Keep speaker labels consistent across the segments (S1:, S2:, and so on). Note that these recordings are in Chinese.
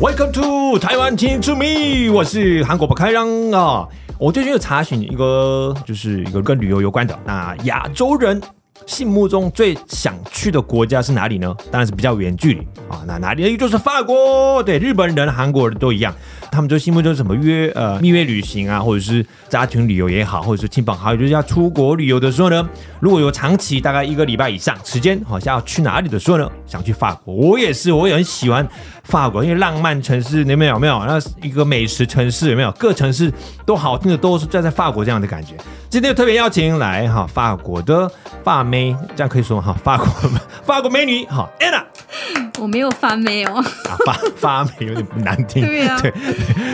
S1: Welcome to 台湾 Team to Me，我是韩国박하랑啊。我最近有查询一个，就是一个跟旅游有关的。那亚洲人心目中最想去的国家是哪里呢？当然是比较远距离啊。那哪里就是法国，对，日本人、韩国人都一样，他们就心目中什么约呃蜜月旅行啊，或者是家庭旅游也好，或者是亲朋好友，就是要出国旅游的时候呢，如果有长期大概一个礼拜以上时间，好像要去哪里的时候呢，想去法国。我也是，我也很喜欢法国，因为浪漫城市那边有没有？那是一个美食城市有没有？各城市都好听的，都是在在法国这样的感觉。今天特别邀请来哈法国的发妹，这样可以说哈法国法国美女哈 Anna
S2: 我没有发霉 哦，
S1: 啊发发妹有点难听，
S2: 对啊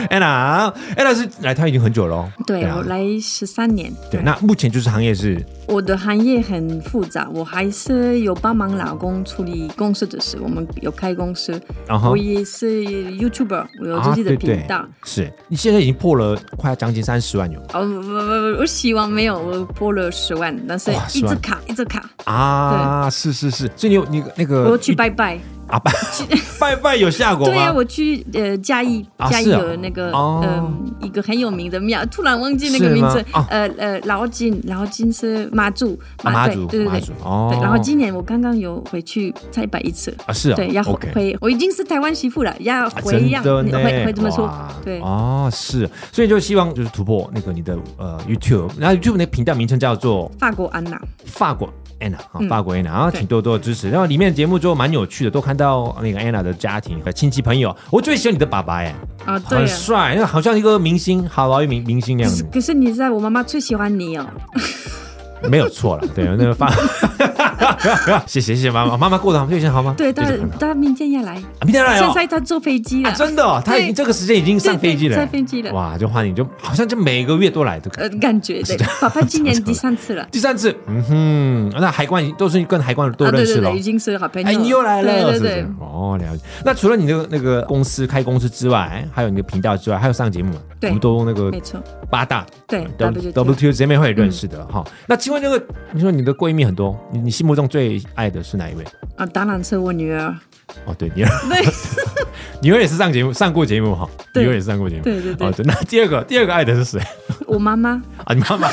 S1: Anna Anna 是来台湾已经很久了哦，
S2: 对
S1: 啊
S2: 我来十三年，
S1: 对，那目前就是行业是
S2: 我的行业很复杂，我还是有帮忙老公处理公司的事，我们有开公司
S1: 啊哈啊
S2: 我也是 YouTuber，我有自己的
S1: 对对
S2: 频道。
S1: 是你现在已经破了快要将近三十万有
S2: 哦，我我我希望没有，我播了十万，但是
S1: 哇
S2: 一
S1: 10
S2: 直
S1: 万
S2: 卡，一直卡。
S1: 啊，是是是，所以你有你那个
S2: 我去拜拜，
S1: 啊 拜拜拜有效呃果吗？
S2: 对呀、我去呃嘉义
S1: 啊，
S2: 嘉义
S1: 是啊
S2: 有那个嗯、
S1: 哦
S2: 一个很有名的庙，突然忘记那个
S1: 是
S2: 名
S1: 吗
S2: 字，
S1: 哦
S2: 呃呃老金，老金是妈祖，
S1: 啊妈
S2: 对
S1: 祖
S2: 对对
S1: 妈
S2: 对
S1: 祖，哦，
S2: 对，然后今年我刚刚有回去再摆一次，
S1: 啊是啊，
S2: 对，要回
S1: OK
S2: 回，我已经是台湾媳妇了，要
S1: 啊
S2: 回样，
S1: 真的呢
S2: 会会这么说
S1: 哇，
S2: 对，
S1: 哦，是，所以就希望就是突破那个你的呃 YouTube，然后 YouTube 你的频道名称叫做
S2: 法国安娜，
S1: 法国 Anna 啊，
S2: 嗯
S1: 法国 Anna，然后
S2: 对
S1: 请多多的支持。然后里面节目就蛮有趣的，都看到那个 Anna 的家庭和亲戚朋友。我最喜欢你的爸爸哎，
S2: 啊，对
S1: 很
S2: 啊。
S1: 帅，那个好像一个明星，好莱坞明明星那
S2: 可
S1: 样
S2: 是
S1: 子，
S2: 可是你知道我妈妈最喜欢你哦，
S1: 没有错了。对，那个法， 谢谢谢谢妈妈，妈妈过得好，最近好吗？
S2: 对，
S1: 最
S2: 她
S1: 近很好
S2: 她明天要来，
S1: 啊明天来
S2: 现
S1: 哦。
S2: 在她坐飞机了
S1: 啊，真的哦，他已经
S2: 对
S1: 这个时间已经上飞机了，
S2: 对对上飞机了
S1: 哇，就换你就好像就每个月都来的感觉。
S2: 呃，感觉对，爸爸今年第 三次了，
S1: 第三次，嗯哼，那海关都是跟海关都
S2: 啊，
S1: 认
S2: 对
S1: 识
S2: 对
S1: 了
S2: 对，。已经是好朋友
S1: 哎，
S2: 了，
S1: 你又来了，
S2: 对对
S1: 是
S2: 对
S1: 不，是哦，了解。那除了你的那个公司开公司之外，还有你的频道之外，还有上节目嘛？
S2: 对
S1: 我们都那个
S2: 没错，
S1: 八大嗯
S2: 对
S1: W
S2: WTO
S1: W 姐妹会认识的
S2: 嗯
S1: 哈。那请问那个，你说你的闺蜜很多，你你心目中最爱的是哪一位？
S2: 啊，当然是我女儿，
S1: 哦，对，女儿，
S2: 对
S1: 女儿也是上节目上过节目哈，
S2: 对
S1: 女儿也是上过节目。
S2: 对对
S1: 哦，
S2: 对，
S1: 对。那第二个，第二个爱的是谁
S2: 我妈妈
S1: 啊？你妈妈？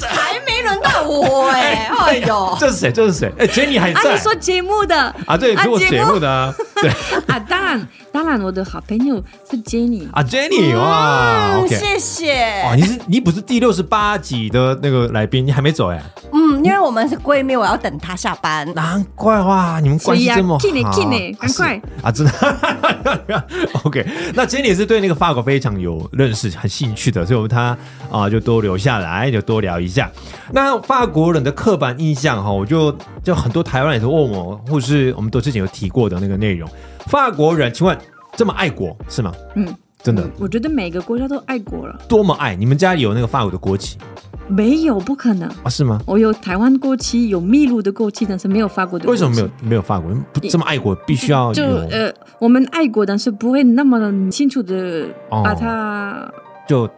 S3: 还没轮到 我哎、哎呦，
S1: 这是谁？这是谁？哎，Jenny 还
S2: 啊，
S1: 在
S2: 哦你说节目的
S1: 啊？对，
S2: 啊
S1: 是我
S2: 节
S1: 节
S2: 目
S1: 目的啊。对。
S2: 啊，当然当然，我的好朋友是 Jenny，
S1: 啊，Jenny，哇
S3: 嗯，
S1: ，OK，
S3: 谢
S1: 哇，哦
S2: 哎
S3: 谢。
S1: 你是你不是第六十八集的那个来宾，你还没走哎，
S3: 嗯，因为我们是闺蜜，我要等她下班。
S1: 难怪哇，你们关系
S2: 所以啊
S1: 这么好，
S2: 进来进来
S1: 啊
S2: 赶快
S1: 是啊，真的 ，OK，那 Jenny 是对那个法国非常有认识、很兴趣的，所以我们他啊、就多留下来，就多聊一下。那法国人的刻板印象哈，我就就很多台湾人也都问我，或是我们都之前有提过的那个内容，法国人，请问这么爱国是吗？
S2: 嗯，
S1: 真的
S2: 嗯我觉得每个国家都爱国了，
S1: 多么爱？你们家里有那个法国的国旗
S2: 没有不可能。
S1: 啊？是吗？
S2: 我有台湾过期，有秘鲁的过期，但是没有法国的过
S1: 为
S2: 期。
S1: 什么没有没有法国人不这么爱国？必须要
S2: 就
S1: 有
S2: 呃，我们爱国，但是不会那么清楚的
S1: 哦
S2: 把它，
S1: 就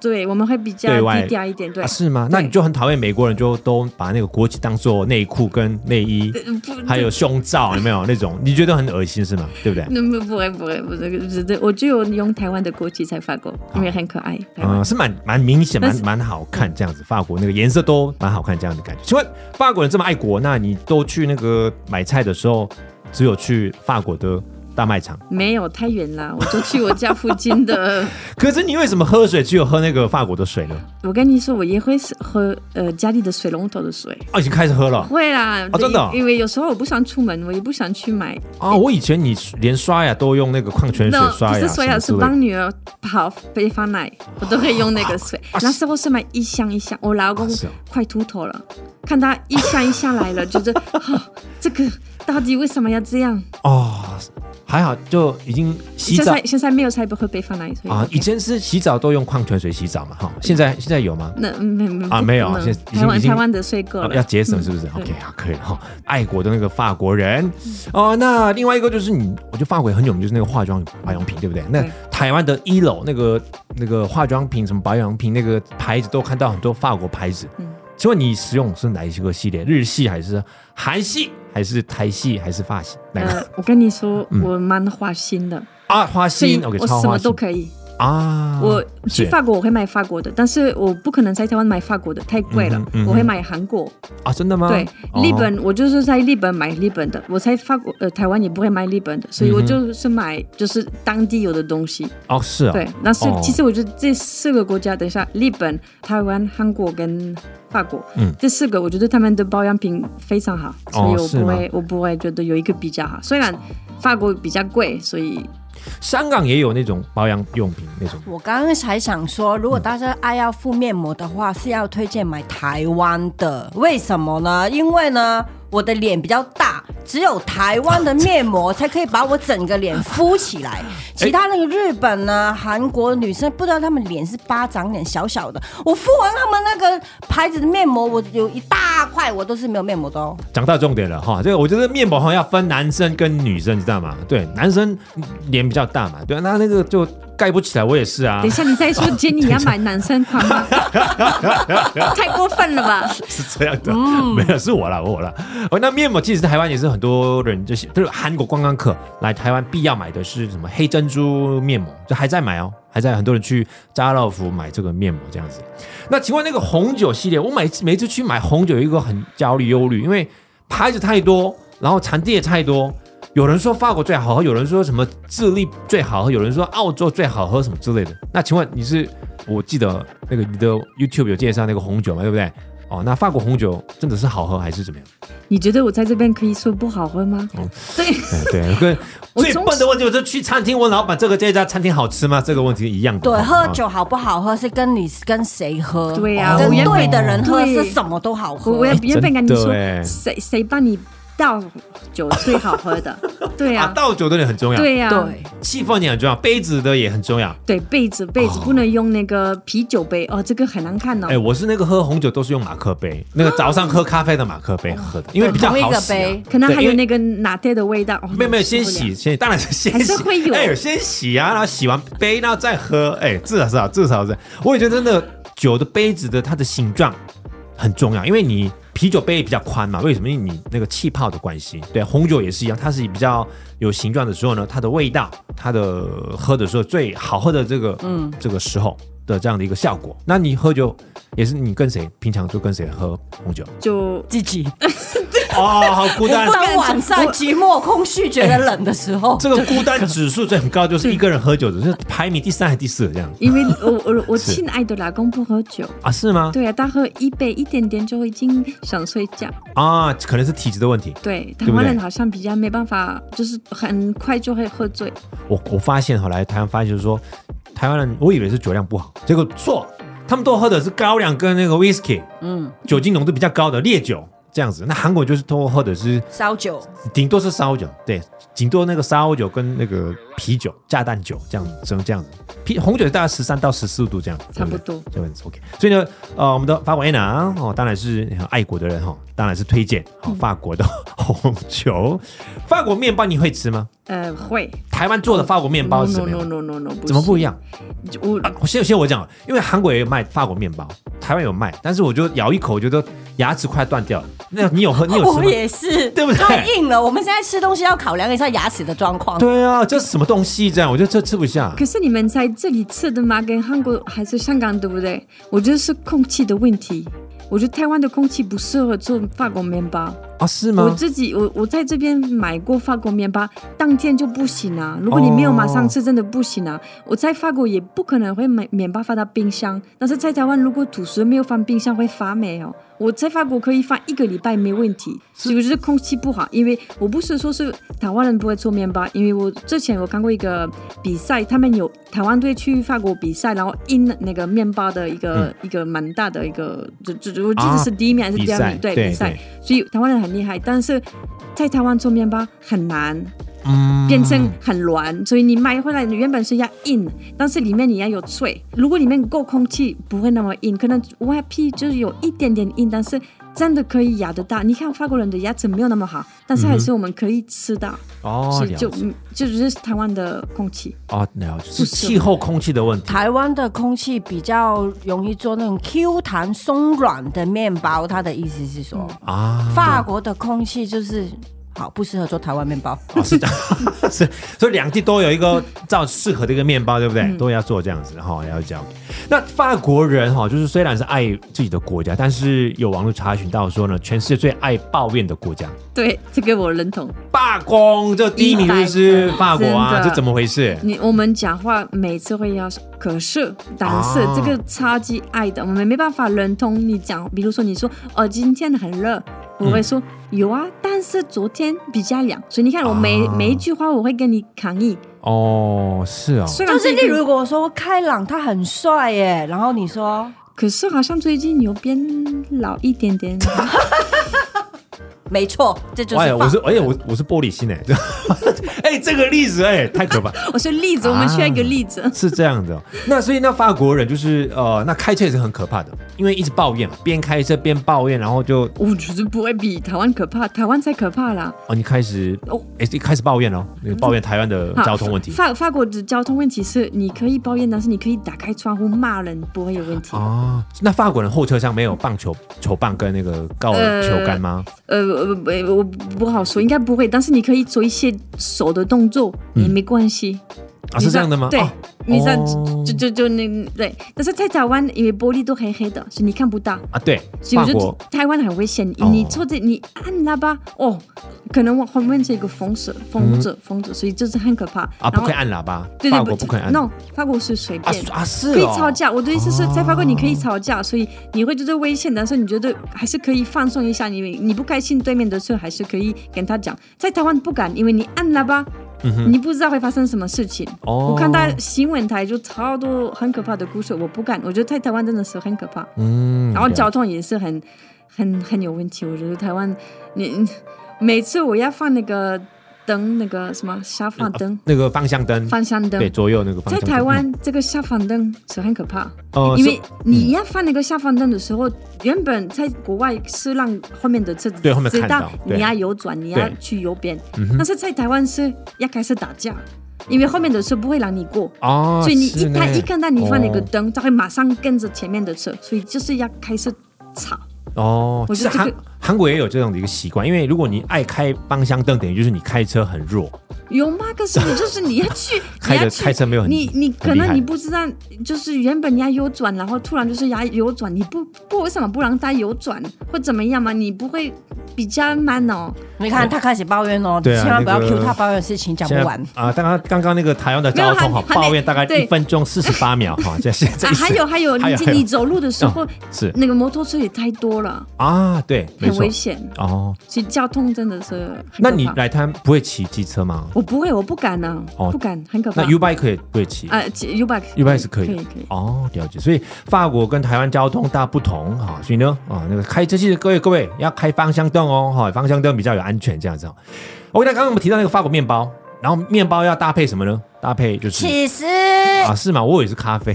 S2: 对，我们会比较
S1: 对外
S2: 低调一点，对
S1: 啊，是吗？那你就很讨厌美国人，就都把那个国旗当做内裤跟内衣，
S2: 呃不
S1: 还有胸罩，有没有那种？你觉得很恶心是吗？对不对？
S2: 那不不会不会不是不是，我只有用台湾的国旗在法国，因为很可爱。台湾
S1: 啊、是蛮蛮明显，
S2: 但
S1: 蛮
S2: 是
S1: 蛮好看这样子。法国那个颜色都蛮好看这样的感觉。请问法国人这么爱国，那你都去那个买菜的时候，只有去法国的大卖场？
S2: 没有太远了，我就去我家附近的。
S1: 可是你为什么喝水只有喝那个法国的水呢？
S2: 我跟你说，我也会喝呃家里的水龙头的水。
S1: 啊，已经开始喝了
S2: 会啦，
S1: 哦真的哦
S2: 因因为有时候我不想出门，我也不想去买。
S1: 啊！我以前你连刷牙都用那个矿泉水
S2: 那
S1: 刷
S2: 不
S1: 牙，
S2: 是刷牙，是
S1: 什么之类的
S2: 帮女儿泡配方奶，我都会用那个水。那时候是买一箱一箱，我老公
S1: 啊是哦
S2: 快秃头了，看他一箱一箱来了，觉得哈这个到底为什么要这样？
S1: 哦，还好就已经洗
S2: 现
S1: 澡
S2: 在现在没有才不会配方奶，所以
S1: 啊，
S2: OK
S1: 以前是洗澡都用矿泉水洗澡嘛，哈，现在现在有吗？
S2: 那嗯没没
S1: 啊没有啊
S2: 嗯
S1: 现在已经
S2: 台湾
S1: 已经
S2: 台湾的睡够
S1: 啊
S2: 了，
S1: 要节省是不是、
S2: 对
S1: o k 啊，可以了哈。爱国的那个法国人哦、那另外一个就是你，我觉得法国也很有名，就是那个化妆保养品，对不对？那
S2: 对
S1: 台湾的一楼那个那个化妆品什么保养品那个牌子，都看到很多法国牌子。
S2: 嗯
S1: 请问你使用是哪一个系列？日系还是韩系，还是台系，还是法系？哪个、
S2: 呃，我跟你说，我蛮花心的，
S1: 啊？花
S2: 所
S1: 嗯
S2: 以
S1: 心，OK，
S2: 我
S1: 超
S2: 什
S1: 花
S2: 么都
S1: 心
S2: 可以。
S1: 啊！
S2: 我去
S1: 是
S2: 法国我会买法国的，但是我不可能在台湾买法国的，太贵了
S1: 嗯哼。嗯哼
S2: 我会买韩国，
S1: 啊，真的吗？
S2: 对，
S1: 哦
S2: 日本我就是在日本买日本的，我在法国呃台湾也不会买日本的，所以
S1: 嗯
S2: 我就是买就是当地有的东西。
S1: 哦，是啊，
S2: 对，但是
S1: 哦
S2: 其实我觉得这四个国家，等一下，日本、台湾、韩国跟法国，
S1: 嗯哦
S2: 这四个我觉得他们的保养品非常好，所以我
S1: 是
S2: 不
S1: 吗
S2: 会我不会觉得有一个比较好，虽然法国比较贵，所以
S1: 香港也有那种保养用品那种
S3: 我刚刚才想说，如果大家爱要敷面膜的话，是要推荐买台湾的。为什么呢？因为呢，我的脸比较大，只有台湾的面膜才可以把我整个脸敷起来。其他那个日本呢、韩国女生，不知道她们脸是巴掌脸，小小的。我敷完她们那个牌子的面膜，我有一大块，我都是没有面膜的哦。
S1: 讲到重点了哈，这个我觉得面膜好像要分男生跟女生，你知道吗？对，男生脸比较大嘛，对，那那个就盖不起来，我也是啊
S2: 等一，下你再说建议要买男生款吗？太过分了吧？
S1: 是这样的，没有是我啦，我啦。哦，那面膜其实台湾也是很多人就是就是韩国观光客来台湾必要买的是什么黑珍珠面膜，就还在买哦，还在很多人去家乐福买这个面膜这样子。那请问那个红酒系列，我每次每次去买红酒有一个很焦虑忧虑，因为牌子太多，然后产地也太多。有人说法国最好喝，有人说什么智利最好喝，有人说澳洲最好喝什么之类的。那请问你是？我记得那个你的 YouTube 有介绍那个红酒嘛，对不对？哦，那法国红酒真的是好喝还是怎么样？
S2: 你觉得我在这边可以说不好喝吗？
S1: 嗯
S2: 对，
S1: 哎 对，跟
S2: 我
S1: 最
S2: 从
S1: 笨的问题就是去餐厅问老板这个这家餐厅好吃吗？这个问题一样的。
S3: 对，
S1: 哦
S3: 喝。酒好不好喝是跟你跟谁喝，哦
S2: 对啊
S3: 跟
S2: 我原本
S3: 对的人喝
S2: 对
S3: 是什么都好喝。
S2: 我我原本跟
S1: 哎
S2: 你
S1: 真
S2: 说
S1: 的欸，
S2: 谁谁帮你倒酒最好喝的？ 对
S1: 啊，
S2: 呀、
S1: 倒酒的人很重要，
S2: 对，呀、
S3: 对。
S1: 气氛也很重要，杯子的也很重要。
S2: 对，杯子杯子
S1: 哦
S2: 不能用那个啤酒杯哦，这个很难看哦。
S1: 哎，我是那个喝红酒都是用马克杯，那个早上喝咖啡的马克杯喝的，因为比较
S3: 同一
S1: 好
S3: 个
S1: 洗啊。
S3: 杯
S2: 可能
S1: 对
S2: 还
S1: 因
S2: 有
S1: 为
S2: 那个拿铁的味道。哦、
S1: 没有没有，
S2: 受
S1: 先
S2: 不了
S1: 洗，先洗当然是先洗，
S2: 还是会有
S1: 哎，先洗啊，然后洗完杯，然后再喝，哎，至少至少至少是，我也觉得真的酒的杯子的它的形状很重要，因为你啤酒杯比较宽嘛，为什么？因为你那个气泡的关系，对，红酒也是一样，它是比较有形状的时候呢，它的味道，它的喝的时候最好喝的这个，嗯，这个时候的这样的一个效果。那你喝酒也是你跟谁，平常就跟谁喝红酒
S2: 就
S3: 自己。
S1: 哦，好孤单
S2: 不。
S3: 当晚上寂寞空虚、觉得冷的时候，
S1: 这个孤单指数最很高，就是一个人喝酒的，就是排名第三还是第四这样
S2: 因为我 我我
S1: 是
S2: 亲爱的老公不喝酒，
S1: 啊？是吗？
S2: 对啊，他喝一杯一点点就已经想睡觉。
S1: 啊，可能是体质的问题。
S2: 对，
S1: 对
S2: 台
S1: 不
S2: 湾
S1: 对
S2: 人好像比较没办法，就是很快就会喝醉。
S1: 我我发现后来台湾发现就是说，台湾人我以为是酒量不好，结果错，他们都喝的是高粱跟那个 whisky，
S3: 嗯，
S1: 酒精浓度比较高的烈酒这样子。那韩国就是都喝的是
S3: 烧酒，
S1: 顶多是烧酒，对，顶多那个烧酒跟那个啤酒、炸弹酒这样子，这样这样子。啤红酒大概十三到十四度这样，
S2: 差不多
S1: 这样子。OK，所哦以呢，呃，我们的法国 Anna 啊哦，当然是很爱国的人哈、哦，当然是推荐、哦、法国的红酒。法国面包你会吃吗？
S2: 呃，会。
S1: 台湾做的法国面包是
S2: no
S1: 怎么
S2: no
S1: 样？
S2: no no no，no，
S1: 怎么不一
S2: 样？
S1: 样？
S2: 就我
S1: 啊我先先我讲，因为韩国也有卖法国面包，台湾有卖，但是我就咬一口，我觉得牙齿快断掉了。那你有喝？你有吃
S3: 哦我
S1: 吗？
S3: 也是，
S1: 对不对
S3: 太硬了。我们现在吃东西要考量一下牙齿的状况。
S1: 对啊，这是什么东西？这样我觉得这吃不下。
S2: 可是你们在这里吃的吗？跟韩国还是香港，对不对？我觉得是空气的问题。我觉得台湾的空气不适合做法国面包。
S1: 啊，是
S2: 我
S1: 吗？
S2: 自己，我我在这边买过法国面包，当天就不行啊。如果你没有马上吃，真的不行啊。我在法国也不可能会买面包放到冰箱，但是在台湾如果吐司没有放冰箱会发霉哦。我在法国可以放一个礼拜没问题，所以我觉得空气不好。因为我不是说是台湾人不会做面包，因为我之前我看过一个比赛，他们有台湾队去法国比赛，然后赢了那个面包的一个、
S1: 嗯
S2: 一个蛮大的一个，就就就我
S1: 啊
S2: 记得是第一名还是第二名，
S1: 比赛
S2: 对
S1: 对
S2: 比赛
S1: 对。
S2: 所以台湾人很厉害，但是在台湾做面包很难。
S1: 嗯，
S2: 变成很软，所以你买回来你原本是要硬，但是里面你要有脆。如果里面够空气，不会那么硬，可能外皮就是有一点点硬，但是真的可以咬得到。你看法国人的牙齿没有那么好，但是还是我们可以吃到，
S1: 哦，
S2: 是
S1: 了
S2: 就
S1: 解
S2: 嗯这就是台湾的空气。
S1: 哦，了解是
S2: 不是
S1: 气候空气的问题。
S3: 台湾的空气比较容易做那种 Q 弹松软的面包，他的意思是说，
S2: 嗯
S1: 啊，
S3: 法国的空气就是好不适合做台湾面包。
S1: 哦 是的， 是，所以两地都有一个照适合的一个面包，对不
S2: 嗯
S1: 对？都要做这样子哈、了解。那法国人哈、就是虽然是爱自己的国家，但是有网络查询到说呢，全世界最爱抱怨的国家，
S2: 对，这个我认同。
S1: 罢工这第一名就是法国啊，
S2: 真的
S1: 这怎么回事？
S2: 你我们讲话每次会要说可是，但是、
S1: 啊
S2: 这个超级爱的，我们没办法忍通你讲，比如说你说哦今天很热，我会说、有啊，但是昨天比较凉，所以你看我每、
S1: 啊
S2: 每一句话我会跟你抗议，
S1: 哦，是哦，
S2: 虽然
S3: 就是
S2: 一
S3: 例
S2: 个
S3: 如，如果说开朗他很帅耶，然后你说
S2: 可是好像最近有变老一点 点，
S3: 没错，这就是
S1: 哎呀，
S3: 法
S1: 我是哎呀，我我是玻璃心哎、这 哎，这个例子哎，太可怕。
S2: 我说例子，我们需要一个例
S3: 啊
S2: 子，
S1: 是这样的哦、 那所以那法国人就是呃，那开车也是很可怕的，因为一直抱怨，边开车边抱怨，然后就
S2: 我觉得不会比台湾可怕，台湾才可怕啦。
S1: 哦，你开始
S2: 哦
S1: 哦，哎、一开始抱怨哦，你抱怨台湾的
S2: 好
S1: 交通问题
S2: 法法国的交通问题是你可以抱怨，但是你可以打开窗户骂人，不会有问题。
S1: 啊？那法国人后车厢没有棒球球棒跟那个高尔
S2: 呃
S1: 球杆吗？
S2: 呃，呃不我我不好说，应该不会，但是你可以做一些手的动作，也没关系。
S1: 嗯啊，是这样的吗？
S2: 对，
S1: 哦
S2: 你知道，
S1: 哦
S2: 就就就那对，但是在台湾，因为玻璃都黑黑的，所以你看不到。
S1: 啊，对，
S2: 所以
S1: 法
S2: 我就
S1: 国
S2: 台湾很危险，
S1: 哦
S2: 你坐着你按喇叭哦，可能我后面是一个疯子，疯子，疯子，所以就是很可怕。
S1: 嗯啊，
S2: 然
S1: 不
S2: 后
S1: 可以按喇叭，
S2: 对对
S1: 法国不可以按。
S2: ，no，法国是随
S1: 啊
S2: 便。
S1: 啊是、哦、
S2: 可以吵架，我的意思是在法国你可以
S1: 哦
S2: 吵架，所以你会觉得危险，但是你觉得还是可以放松一下。你你不开心，对面的事还是可以跟他讲。在台湾不敢，因为你按喇叭，你不知道会发生什么事情。
S1: 嗯哦
S2: 我看到新闻台就超多很可怕的故事，我不敢。我觉得在台湾真的是很可怕，
S1: 嗯，
S2: 然后
S1: 了
S2: 交通也是很很很有问题。我觉得台湾，你每次我要放那个灯，那个什么消防灯、
S1: 那个方向灯，
S2: 方向灯，
S1: 嗯啊对左右那个方
S2: 在
S1: 向灯。
S2: 台湾，这个消防灯是很可怕，
S1: 哦
S2: 因为你要放那个消防灯的时候，原本在国外是让后面的车子
S1: 对后面
S2: 知
S1: 看
S2: 道
S1: 到对
S2: 你要右转，你要
S1: 对嗯
S2: 去右边，但是在台湾是要开始打架，因为后面的车不会让你过。
S1: 哦，
S2: 所以你一
S1: 是
S2: 看
S1: 呢
S2: 一看到你放那个
S1: 哦
S2: 灯，他会马上跟着前面的车，所以就是要开始吵。
S1: 哦，
S2: 我
S1: 其
S2: 觉
S1: 实
S2: 得这个
S1: 韩韩国也有这样的一个习惯，因为如果你爱开方向灯，等于就是你开车很弱
S2: 有吗？可是你就是你要去，
S1: 开
S2: 你
S1: 的
S2: 要去
S1: 开车没有很
S2: 你你可
S1: 很厉害
S2: 能你不知道，就是原本你要右转，然后突然就是要右转，你不不为什么不让他右转或怎么样嘛？你不会比较慢哦？
S3: 你看他开始抱怨哦，
S1: 对啊
S3: 千万不要
S1: 那个
S3: Q 他抱怨的事情讲不
S1: 现在
S3: 完。
S1: 啊。刚刚刚刚那个台湾的交通
S2: 没有
S1: 哈，
S2: 还
S1: 抱怨大概
S2: 还没
S1: 一分钟四十八秒哈，这现在
S2: 啊，还有还有，
S1: 还
S2: 你
S1: 有还有嗯
S2: 你走路的时候，
S1: 是
S2: 那个摩托车也太多了，
S1: 啊，对，没
S2: 很
S1: 错
S2: 危险，
S1: 哦。
S2: 所以交通真的是很
S1: 那
S2: 可
S1: 你
S2: 怕
S1: 来台湾不会骑机车吗？
S2: 我不会，我不敢呢、
S1: 哦
S2: 不敢，很可怕
S1: 那。U bike 也不会骑
S2: 啊，U bike
S1: ，U bike 是可以
S2: 可
S1: 的
S2: 以可以。
S1: 哦，了解。所以法国跟台湾交通大不同哈，所以呢，啊，那个开车其实各位各位要开方向灯哦，哈，方向灯比较有安全这样子。哦 OK，那刚刚我们提到那个法国面包，然后面包要搭配什么呢？搭配就是
S3: 其实
S1: 啊，是吗？我以为是咖啡。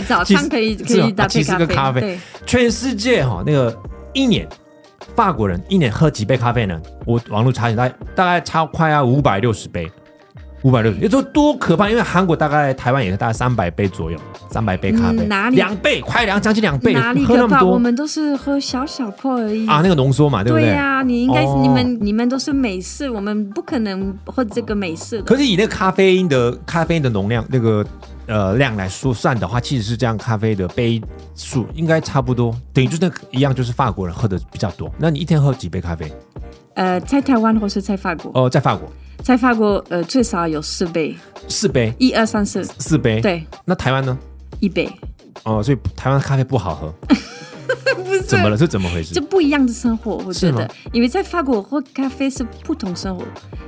S2: 早
S1: 其实
S2: 餐可以可
S1: 是吗
S2: 以搭
S1: 啊
S2: 配
S1: 其实
S2: 咖
S1: 个
S2: 啡，
S1: 咖啡
S2: 对，
S1: 全世界哈、那个一年法国人一年喝几杯咖啡呢？我网络查询大概大概超快要五百六十杯，五百六十，也就多可怕！因为韩国大概台湾也是大概三百杯左右，三百杯咖啡，
S2: 嗯哪里
S1: 两倍，快两将近两倍，
S2: 哪里
S1: 喝那
S2: 可
S1: 么
S2: 怕？我
S1: 多
S2: 们都是喝小小块而已
S1: 啊？那个浓缩嘛，对不对？
S2: 呀、你应该、
S1: 哦
S2: 你们你们都是美式，我们不可能喝这个美式的。
S1: 可是以那个咖啡因的咖啡因的容量那个呃量来说算的话，其实是这样，咖啡的杯数应该差不多，等于就是那个一样，就是法国人喝的比较多。那你一天喝几杯咖啡？
S2: 呃，在台湾或是在法国，
S1: 哦、在法国
S2: 在法国呃最少有四杯，
S1: 四杯。
S2: 一二三四，
S1: 四杯，
S2: 对，
S1: 那台湾呢？
S2: 一杯，
S1: 哦，所以台湾咖啡不好喝，
S2: 不是
S1: 怎么了？是怎么回事
S2: 就？不一样的生活，我觉
S1: 是
S2: 得
S1: 吗，
S2: 因为在法国喝咖啡是不同生活，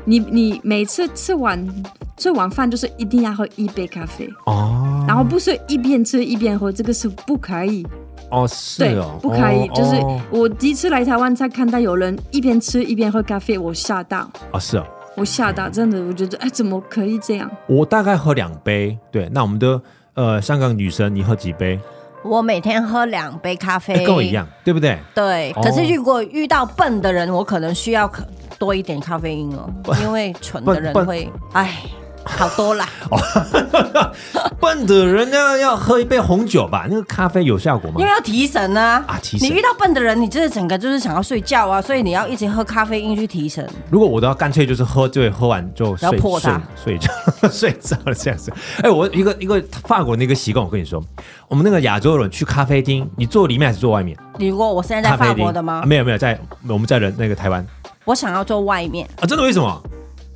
S2: 你你每次吃完吃完饭就是一定要喝一杯咖啡，
S1: 哦
S2: 然后不是一边吃一边喝，这个是不可以。
S1: 哦是
S2: 对
S1: 哦，，
S2: 不可以。
S1: 哦
S2: 就是
S1: 哦
S2: 我第一次来台湾，才看到有人一边吃一边喝咖啡，我吓到。
S1: 哦是哦，
S2: 我吓到，真的，我觉得哎，怎么可以这样？
S1: 我大概喝两杯。对，那我们的呃香港女生，你喝几杯？
S3: 我每天喝两杯咖啡，
S1: 哎跟我一。样，对不对？
S3: 对，
S1: 哦
S3: 可是如果遇到笨的人，我可能需要可多一点咖啡因哦，因为蠢的人
S1: 笨笨
S3: 会，哎，好 多啦。
S1: 笨的人呢要喝一杯红酒吧，那个咖啡有效果吗
S3: 因为？要提神啊，
S1: 啊提神
S3: 你遇到笨的人，你就是整个就是想要睡觉啊，所以你要一直喝咖啡因去提神。
S1: 如果我都要干脆就是喝醉，喝完就睡
S3: 然后泼
S1: 睡
S3: 他
S1: 睡着 睡着了这样子。哎，我一个一个法国那个习惯，我跟你说，我们那个亚洲人去咖啡厅，你坐里面还是坐外面？
S3: 如果我现在
S1: 咖
S3: 在
S1: 啡
S3: 法
S1: 厅
S3: 国的吗
S1: 啊？没有没有，在我们在人那个台湾
S3: 我想要坐外面，
S1: 啊，真的为什么？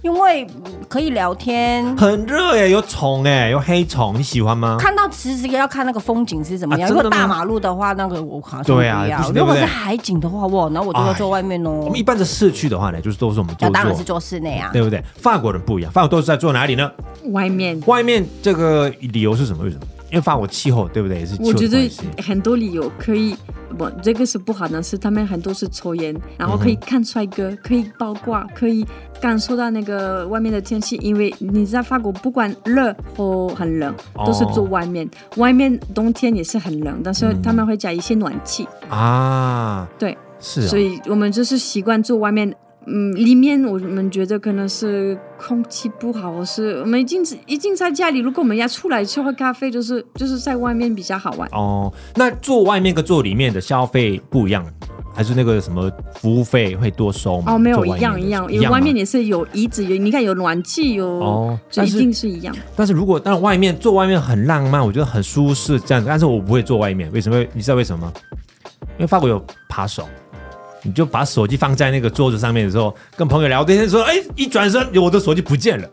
S3: 因为嗯可以聊天，
S1: 很热耶，有虫哎，有黑虫，你喜欢吗？
S3: 看到其实要看那个风景是怎么
S1: 啊
S3: 样。
S1: 真
S3: 如
S1: 的吗
S3: 果大马路的话，那个我好像不
S1: 对啊不
S3: 要；
S1: 行
S3: 如果
S1: 对不对
S3: 是海景的话，哇，那我就要坐外面哦
S1: 我们。一般的市区的话呢，就是都是我们
S3: 那
S1: 坐
S3: 当然是
S1: 坐，
S3: 坐室内啊。
S1: 对不对？法国人不一样，法国都是在坐哪里呢？
S2: 外面，
S1: 外面这个理由是什么？为什么？因为法国气候对不对？也是气
S2: 我
S1: 候
S2: 觉
S1: 的
S2: 得
S1: 关系。
S2: 很多理由可以。不，这个是不好的，是他们很多是抽烟，然后可以看帅哥，可以八卦，可以感受到那个外面的天气。因为你在法国，不管热或很冷，都是住外面。外面冬天也是很冷，但是他们会加一些暖气。
S1: 啊，
S2: 对，
S1: 是啊
S2: 所，以我们就是习惯住外面。嗯，里面我们觉得可能是空气不好，或是我们已经已经在家里。如果我们要出来去喝咖啡，就是就是在外面比较好玩。
S1: 哦，那坐外面跟坐里面的消费不一样，还是那个什么服务费会多收吗？
S2: 哦，没有
S1: 坐外
S2: 一样
S1: 面的
S2: 一样，因
S1: 一
S2: 为
S1: 样吗
S2: 外面也是有椅子，有你看有暖气，有、
S1: 哦
S2: 就
S1: 但
S2: 一
S1: 是
S2: 定是一样。
S1: 但是如果但外面坐外面很浪漫，我觉得很舒适这样子，但是我不会坐外面，为什么？你知道为什么吗？因为法国有扒手，你就把手机放在那个桌子上面的时候，跟朋友聊天的时候，哎，一转身我的手机不见了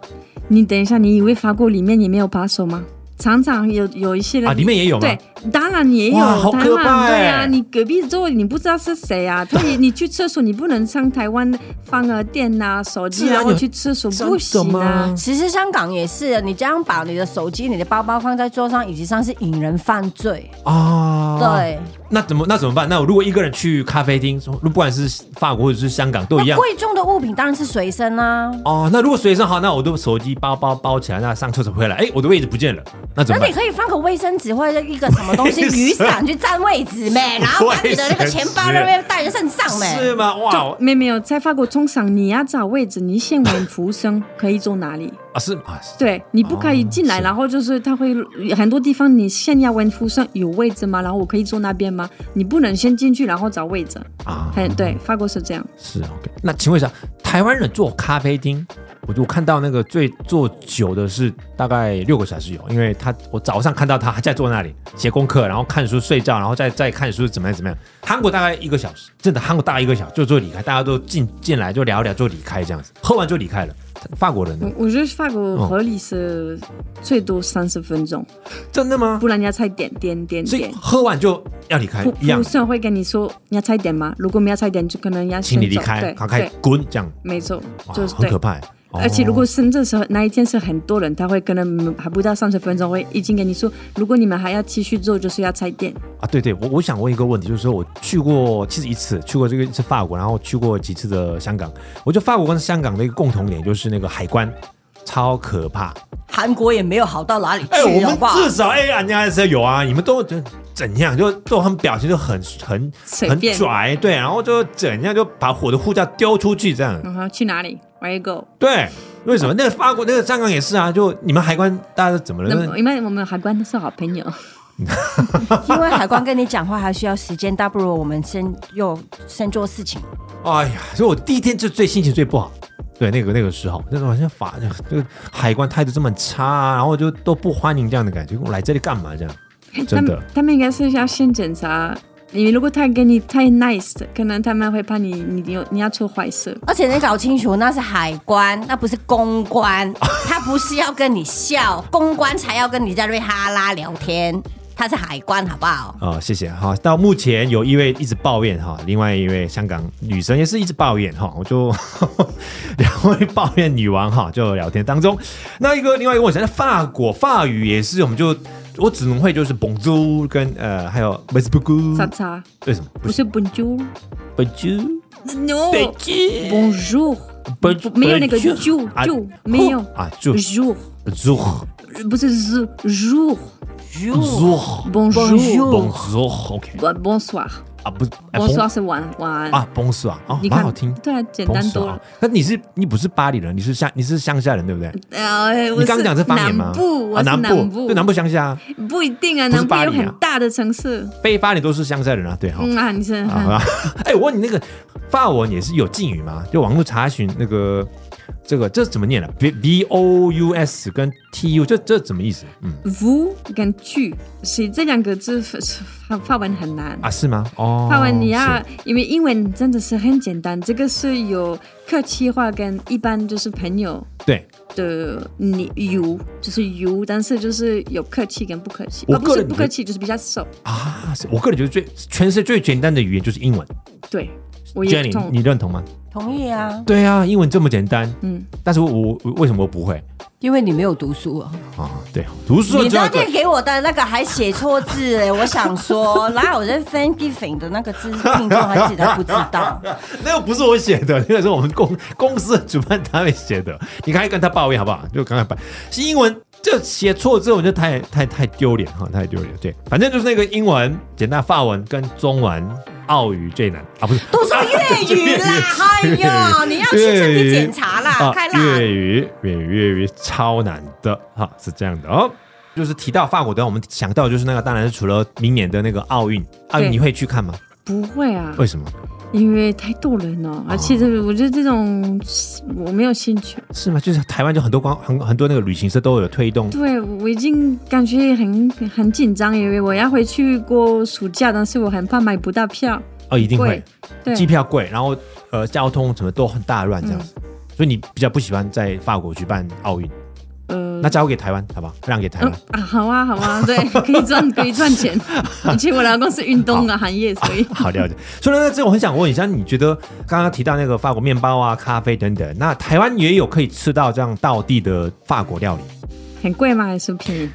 S2: 你等一下，你以为法国里面也没有把手吗？常常有有一些人
S1: 啊，里面也有吗？
S2: 对，当然也有，
S1: 哇好
S2: 当
S1: 可怕
S2: 然对啊，
S1: 欸
S2: 你隔壁桌你不知道是谁啊，特别你去厕所你不能上台湾放个电呐、手机
S1: 自然
S2: 啊，
S1: 有
S2: 或去厕所不
S1: 真
S2: 行
S1: 的
S2: 啊
S1: 吗。
S3: 其实香港也是，啊你这样把你的手机、你的包包放在桌上椅子上是引人犯罪。
S1: 啊，，
S3: 对，
S1: 那怎么那怎么办？那我如果一个人去咖啡厅，不管是法国或者是香港都一
S3: 那
S1: 样。
S3: 贵重的物品当然是随身啊。
S1: 哦，那如果随身好，那我的手机包包包起来，那上厕所回来，哎，我的位置不见了，那怎
S3: 那
S1: 么
S3: 你
S1: 办？
S3: 可以放个卫生纸或者一个什么东西
S1: 卫生
S3: 雨伞去占位置 呗，然后把你的那个钱包那边带在身上呗。
S1: 是吗？哇，
S2: 没没有，在法国通常你要啊找位置，你先问服务生可以坐哪里。
S1: 啊是啊是
S2: 对，你不可以进来，
S1: 哦是
S2: 然后就是他会很多地方你先要问服务生有位置吗？然后我可以坐那边吗？你不能先进去然后找位置。
S1: 啊，
S2: 很对，法国是这样。
S1: 是 OK。那请问一下，台湾人做咖啡厅，我就看到那个最做久的是大概六个小时有，因为他我早上看到他在坐那里写功课，然后看书睡觉，然后再再看书怎么样怎么样。韩国大概一个小时，真的韩国大概一个小时就就离开，大家都进进来就聊聊就离开这样子，喝完就离开了。法国人呢？
S2: 我我觉得法国
S1: 哦
S2: 合理是最多三十分钟。
S1: 真的吗？
S2: 不然人家才点点点
S1: 所以
S2: 点。
S1: 喝完就要离开
S2: 服
S1: 一
S2: 服
S1: 样
S2: 务，生会跟你说你要差一点吗？如果没有差一点，就可能要
S1: 请
S2: 先
S1: 你离
S2: 走。
S1: 开，
S2: 对
S1: 赶快
S2: 对，
S1: 滚这样，
S2: 没错，
S1: 哇，
S2: 就是
S1: 很
S2: 对
S1: 可。怕欸。哦
S2: 而且如果深圳时候那一天是很多人，他会可能还不到三十分钟，会已经跟你说，如果你们还要继续做，就是要差点。
S1: 啊，对对，我我想问一个问题，就是说我去过其实一次，去过这个一次法国，然后去过几次的香港。我觉得法国跟香港的一个共同点就是那个海关超可怕。
S3: 韩国也没有好到哪里
S1: 哎，我
S3: 去，好
S1: 们
S3: 不好？
S1: 至少哎，人家还是有啊，你们都就怎样，就就他们表情就很很
S2: 随
S1: 很
S2: 便
S1: 拽，对，然后就怎样就把我的护照丢出去这样。
S2: 然后去哪里？Where you go？
S1: 对，为什么？那个法国那个香港也是啊，就你们海关大家怎么了？
S2: 那么因为我们海关是好朋友，
S3: 因为海关跟你讲话还需要时间，倒不如我们先又先做事情。
S1: 哎呀，所以我第一天就最心情最不好。对，那个那个时候，那种好像法这个海关态度这么差、啊，然后就都不欢迎这样的感觉，我来这里干嘛这样？
S2: 他
S1: 真
S2: 们
S1: 的
S2: 他们应该是要先检查。你如果太跟你太 nice，可能他们会怕你你有你要做坏事。
S3: 而且你搞清楚，那是海关，那不是公关，他不是要跟你笑，公关才要跟你在那边哈拉聊天，他是海关，好不好？
S1: 啊、谢谢哈。到目前有一位一直抱怨哈，另外一位香港女生也是一直抱怨哈，我就 两位抱怨女王哈，就聊天当中，那一个另外一个我想在法国法语也是，我们就我只能会就是 Bonjour 跟呃还有 m e s b u g
S2: 叉
S1: u
S2: 叉，
S1: 为什么
S2: 不
S1: 不是
S2: 是 bonjour，no，bonjour。
S1: Bonjour？
S2: Bonjour，
S1: 不是
S2: 没有那个
S1: 不是
S2: ju
S1: 啊
S2: ju 没有
S1: 啊就
S2: jour
S1: jour
S2: 不是 z jour
S1: jour
S2: bonjour
S1: bonjour OK
S2: bon- bonsoir
S1: 啊不是哎
S2: bonsoir 是晚晚安
S1: 啊 bonsoir 啊
S2: 你
S1: 蛮
S2: 看
S1: 好听，
S2: 对啊简单多
S1: bonsoir
S2: 了。
S1: 那你是你不是巴黎人，你是乡你是乡下人对不对？
S2: 呃，我
S1: 你刚刚讲
S2: 是
S1: 是方言吗？
S2: 南部，我
S1: 啊
S2: 是
S1: 南
S2: 南
S1: 对南部乡下啊，
S2: 不一定啊，
S1: 不是
S2: 南部
S1: 巴
S2: 有
S1: 黎啊
S2: 很大的城市。
S1: 非巴黎都是乡下人啊，对哈。
S2: 嗯啊，你是
S1: 啊，哎，我问你那个法文也是有敬语吗？就网络查询那个这个这怎么念的？B B O U S 跟 T U 这这怎么意思？嗯
S2: vous 跟 tu，是这两个字法法文很难。
S1: 啊是吗？哦，
S2: 法文你要
S1: 是，
S2: 因为英文真的是很简单，这个是有客气话跟一般就是朋友
S1: 对
S2: 的你 you 就是 you，但是就是有客气跟不客气，
S1: 我
S2: 啊不
S1: 个
S2: 是
S1: 人
S2: 不
S1: 觉得
S2: 客气就是比较熟。
S1: 啊，是我个人觉得最全世界最简单的语言就是英文。
S2: 对，我也
S1: Jenny，
S2: 同
S1: 你认同吗？
S3: 同意啊，
S1: 对啊，英文这么简单，
S2: 嗯，
S1: 但是我我我为什么我不会
S3: 因为你没有读书啊。
S1: 啊？对，读书
S3: 你
S1: 这
S3: 那
S1: 样
S3: 天给我的那个还写错字哎，我想说，然后我在 Thanksgiving 的那个字，听众还记得不知 道？
S1: 那又不是我写的， 那个是我们公公司的主办单位写的。你赶快跟他抱怨好不好？就赶快把是英文这写错之后，我就太太太丢脸哈，太丢脸。对，反正就是那个英文、简单法文跟中文、澳语最难啊，不是
S3: 都说粤语啦， 哎啊呦，你要去身体检查啦，开啦。
S1: 粤语、粤语、粤语超难的哈，是这样的哦。就是提到法国的话，我们想到就是那个，当然是除了明年的那个奥运，奥运
S2: 对
S1: 你会去看吗？
S2: 不会啊，
S1: 为什么？
S2: 因为太多人了，
S1: 哦
S2: 而且这我觉得这种我没有兴趣。
S1: 是吗？就是台湾就很多光很很多那个旅行社都有推动
S2: 对，我已经感觉很很紧张，因为我要回去过暑假，但是我很怕买不到票。
S1: 哦，一定会
S2: 贵，对
S1: 机票贵，然后呃，交通什么都很大乱这样子，
S3: 嗯
S1: 所以你比较不喜欢在法国举办奥运，
S2: 呃，
S1: 那交给台湾好吧，让给台
S2: 嗯
S1: 湾。
S2: 啊，好啊，好啊， 对，可以赚，可以赚钱。而且我老公是运动啊
S1: 哦
S2: 的行业，所以
S1: 好了解，所以呢，这我很想问一下，你觉得刚刚提到那个法国面包啊、咖啡等等，那台湾也有可以吃到这样道地的法国料理？
S2: 很贵吗？还是便宜？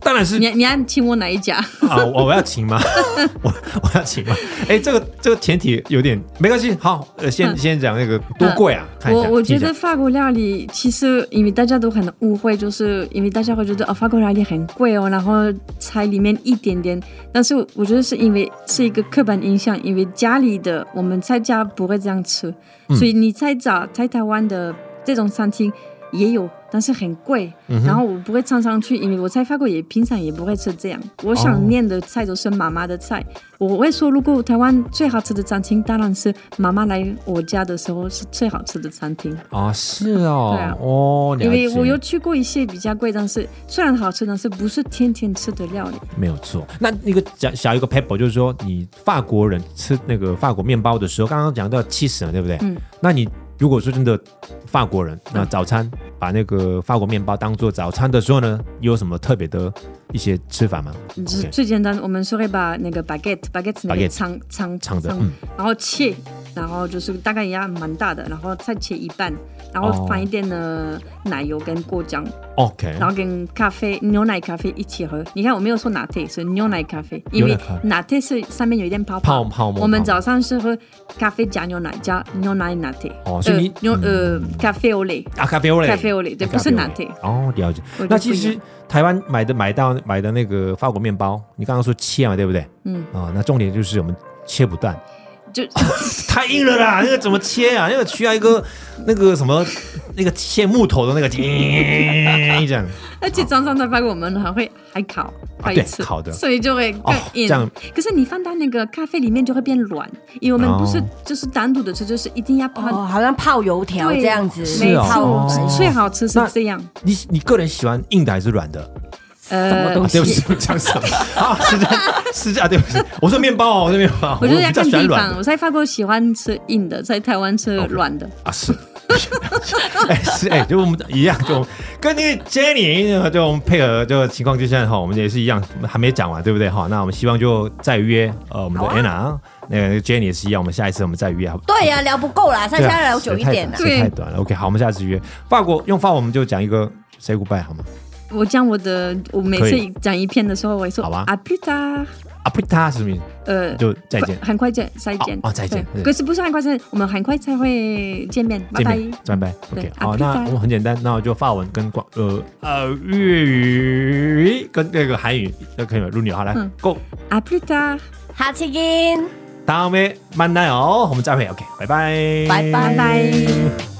S1: 当 然是
S2: 你你要请我哪一家？
S1: 啊，我我要请吗？ 我我要请吗？哎，这个这个前提有点没关系。好，呃，先
S2: 嗯
S1: 先讲那个多贵啊，看一下
S2: 我。我觉
S1: 听一下
S2: 得法国料理其实因为大家都很误会，就是因为大家会觉得哦，法国料理很贵哦，然后才里面一点点。但是我觉得是因为是一个刻板印象，因为家里的我们在家不会这样吃，所以你在找在台湾的这种餐厅也有，但是很贵。然后我不会常常去，因为我在法国也平常也不会吃这样。我想念的菜都是妈妈的菜。我会说，如果台湾最好吃的餐厅，当然是妈妈来我家的时候是最好吃的餐厅。
S1: 啊，是哦，
S2: 对啊
S1: 哦，了
S2: 因为
S1: 解
S2: 我有去过一些比较贵，但是虽然好吃，但是不是天天吃的料理。
S1: 没有错。那那个讲小一个 pebble，就是说你法国人吃那个法国面包的时候，刚刚讲到 cheese 嘛，对不对？
S2: 嗯。
S1: 那你如果说真的法国人，那早餐把那个法国面包当做早餐的时候呢，有什么特别的一些吃法吗
S2: 只嗯是
S1: ？OK，
S2: 最简单，我们是会把那个 baguette，baguette 那
S1: Baguette
S2: 个长长
S1: 长的嗯
S2: 然后切，然后就是大概也要蛮大的，然后再切一半，然
S1: 哦
S2: 后放一点的奶油跟果酱，
S1: ，OK，
S2: 然后跟咖啡、牛奶咖啡一起喝。你看我没有说拿铁，是牛奶咖啡，因
S1: 牛
S2: 为
S1: 奶咖啡
S2: 拿铁是上面有一点泡
S1: 泡
S2: 泡。
S1: 泡沫。
S2: 我们
S1: 泡沫
S2: 早上是喝咖啡加牛奶加牛奶拿铁，
S1: 哦所以你
S2: 呃牛呃咖啡欧蕾，
S1: 啊，咖啡欧蕾，
S2: 咖啡欧蕾对不是
S1: latte
S2: latte
S1: 哦，了解
S2: 我。觉得
S1: 那其
S2: 不一
S1: 实台湾买的买到买的那个法国面包，你刚刚说切嘛，对不对？
S2: 嗯
S1: 啊，那重点就是我们切不断，
S2: 就
S1: 太硬了啦，那个怎么切啊？那个需要一个那个什么那个切木头的那个 这样
S2: 而且常常在法国，我们还会还烤，
S1: 啊
S2: 还
S1: 对
S2: 吃
S1: 烤的
S2: 所以就会
S1: 哦
S2: 更硬。
S1: 这样
S2: 可是你放到那个咖啡里面就会变软，因为我们不是
S1: 哦
S2: 就是单独的吃，就是一定要泡。
S3: 哦，好像泡油条
S2: 对
S3: 这样子，
S1: 是
S2: 没
S1: 哦
S2: 错，
S1: 哦
S2: 最好吃是
S1: 那
S2: 这样。
S1: 你你个人喜欢硬的还是软的？
S3: 什么
S2: 呃，
S1: 啊
S3: 东
S1: 对不起
S3: 西？，
S1: 讲什么啊？是这样，是这样，啊对不起，我说面包哦，我说面包，
S2: 我觉得要
S1: 比较
S2: 看
S1: 喜欢
S2: 地
S1: 软的
S2: 方。我在法国喜欢吃硬的，在台湾吃
S1: OK
S2: 软的。
S1: 啊，是， 哎是哎，就我们一样，就我们跟那个 Jenny 呃就我们配合这个情况之下哈，我们也是一样，还没讲完，对不对哈？那我们希望就再约呃我们的
S3: 好啊
S1: Anna，、那个 Jenny 也是一样，我们下一次我们再约好不好。
S3: 对呀、聊不够啦，再
S1: 对啊，
S3: 下来聊久一点啦
S1: 时。间太短了。OK，好，我们下次约法国用法，我们就讲一个 say goodbye 好吗？
S2: 我讲我的，我每
S1: 可
S2: 次
S1: 以
S2: 讲一篇的时候，我会说
S1: 好吧
S2: 啊，plus tard，
S1: 啊不他是什么意思？
S2: 呃，
S1: 就再见
S2: 快很快见，再见
S1: 哦哦再见
S2: 对
S1: 对
S2: 可是不是很快见，我们很快才会见面， 拜
S1: 见
S2: 拜。
S1: 面，拜拜。OK，
S2: 对
S1: 好，
S2: 啊
S1: 那
S2: 拜拜
S1: 我们很简单，那我就法文跟广呃呃粤语跟那个韩语，那可以吗？陆女，好来
S2: 嗯
S1: ，Go，
S2: 啊，plus tard，
S3: 哈奇金。
S1: 다음에만나요，我们再会，OK，拜拜，
S3: 拜
S2: 拜
S3: 拜
S2: 拜。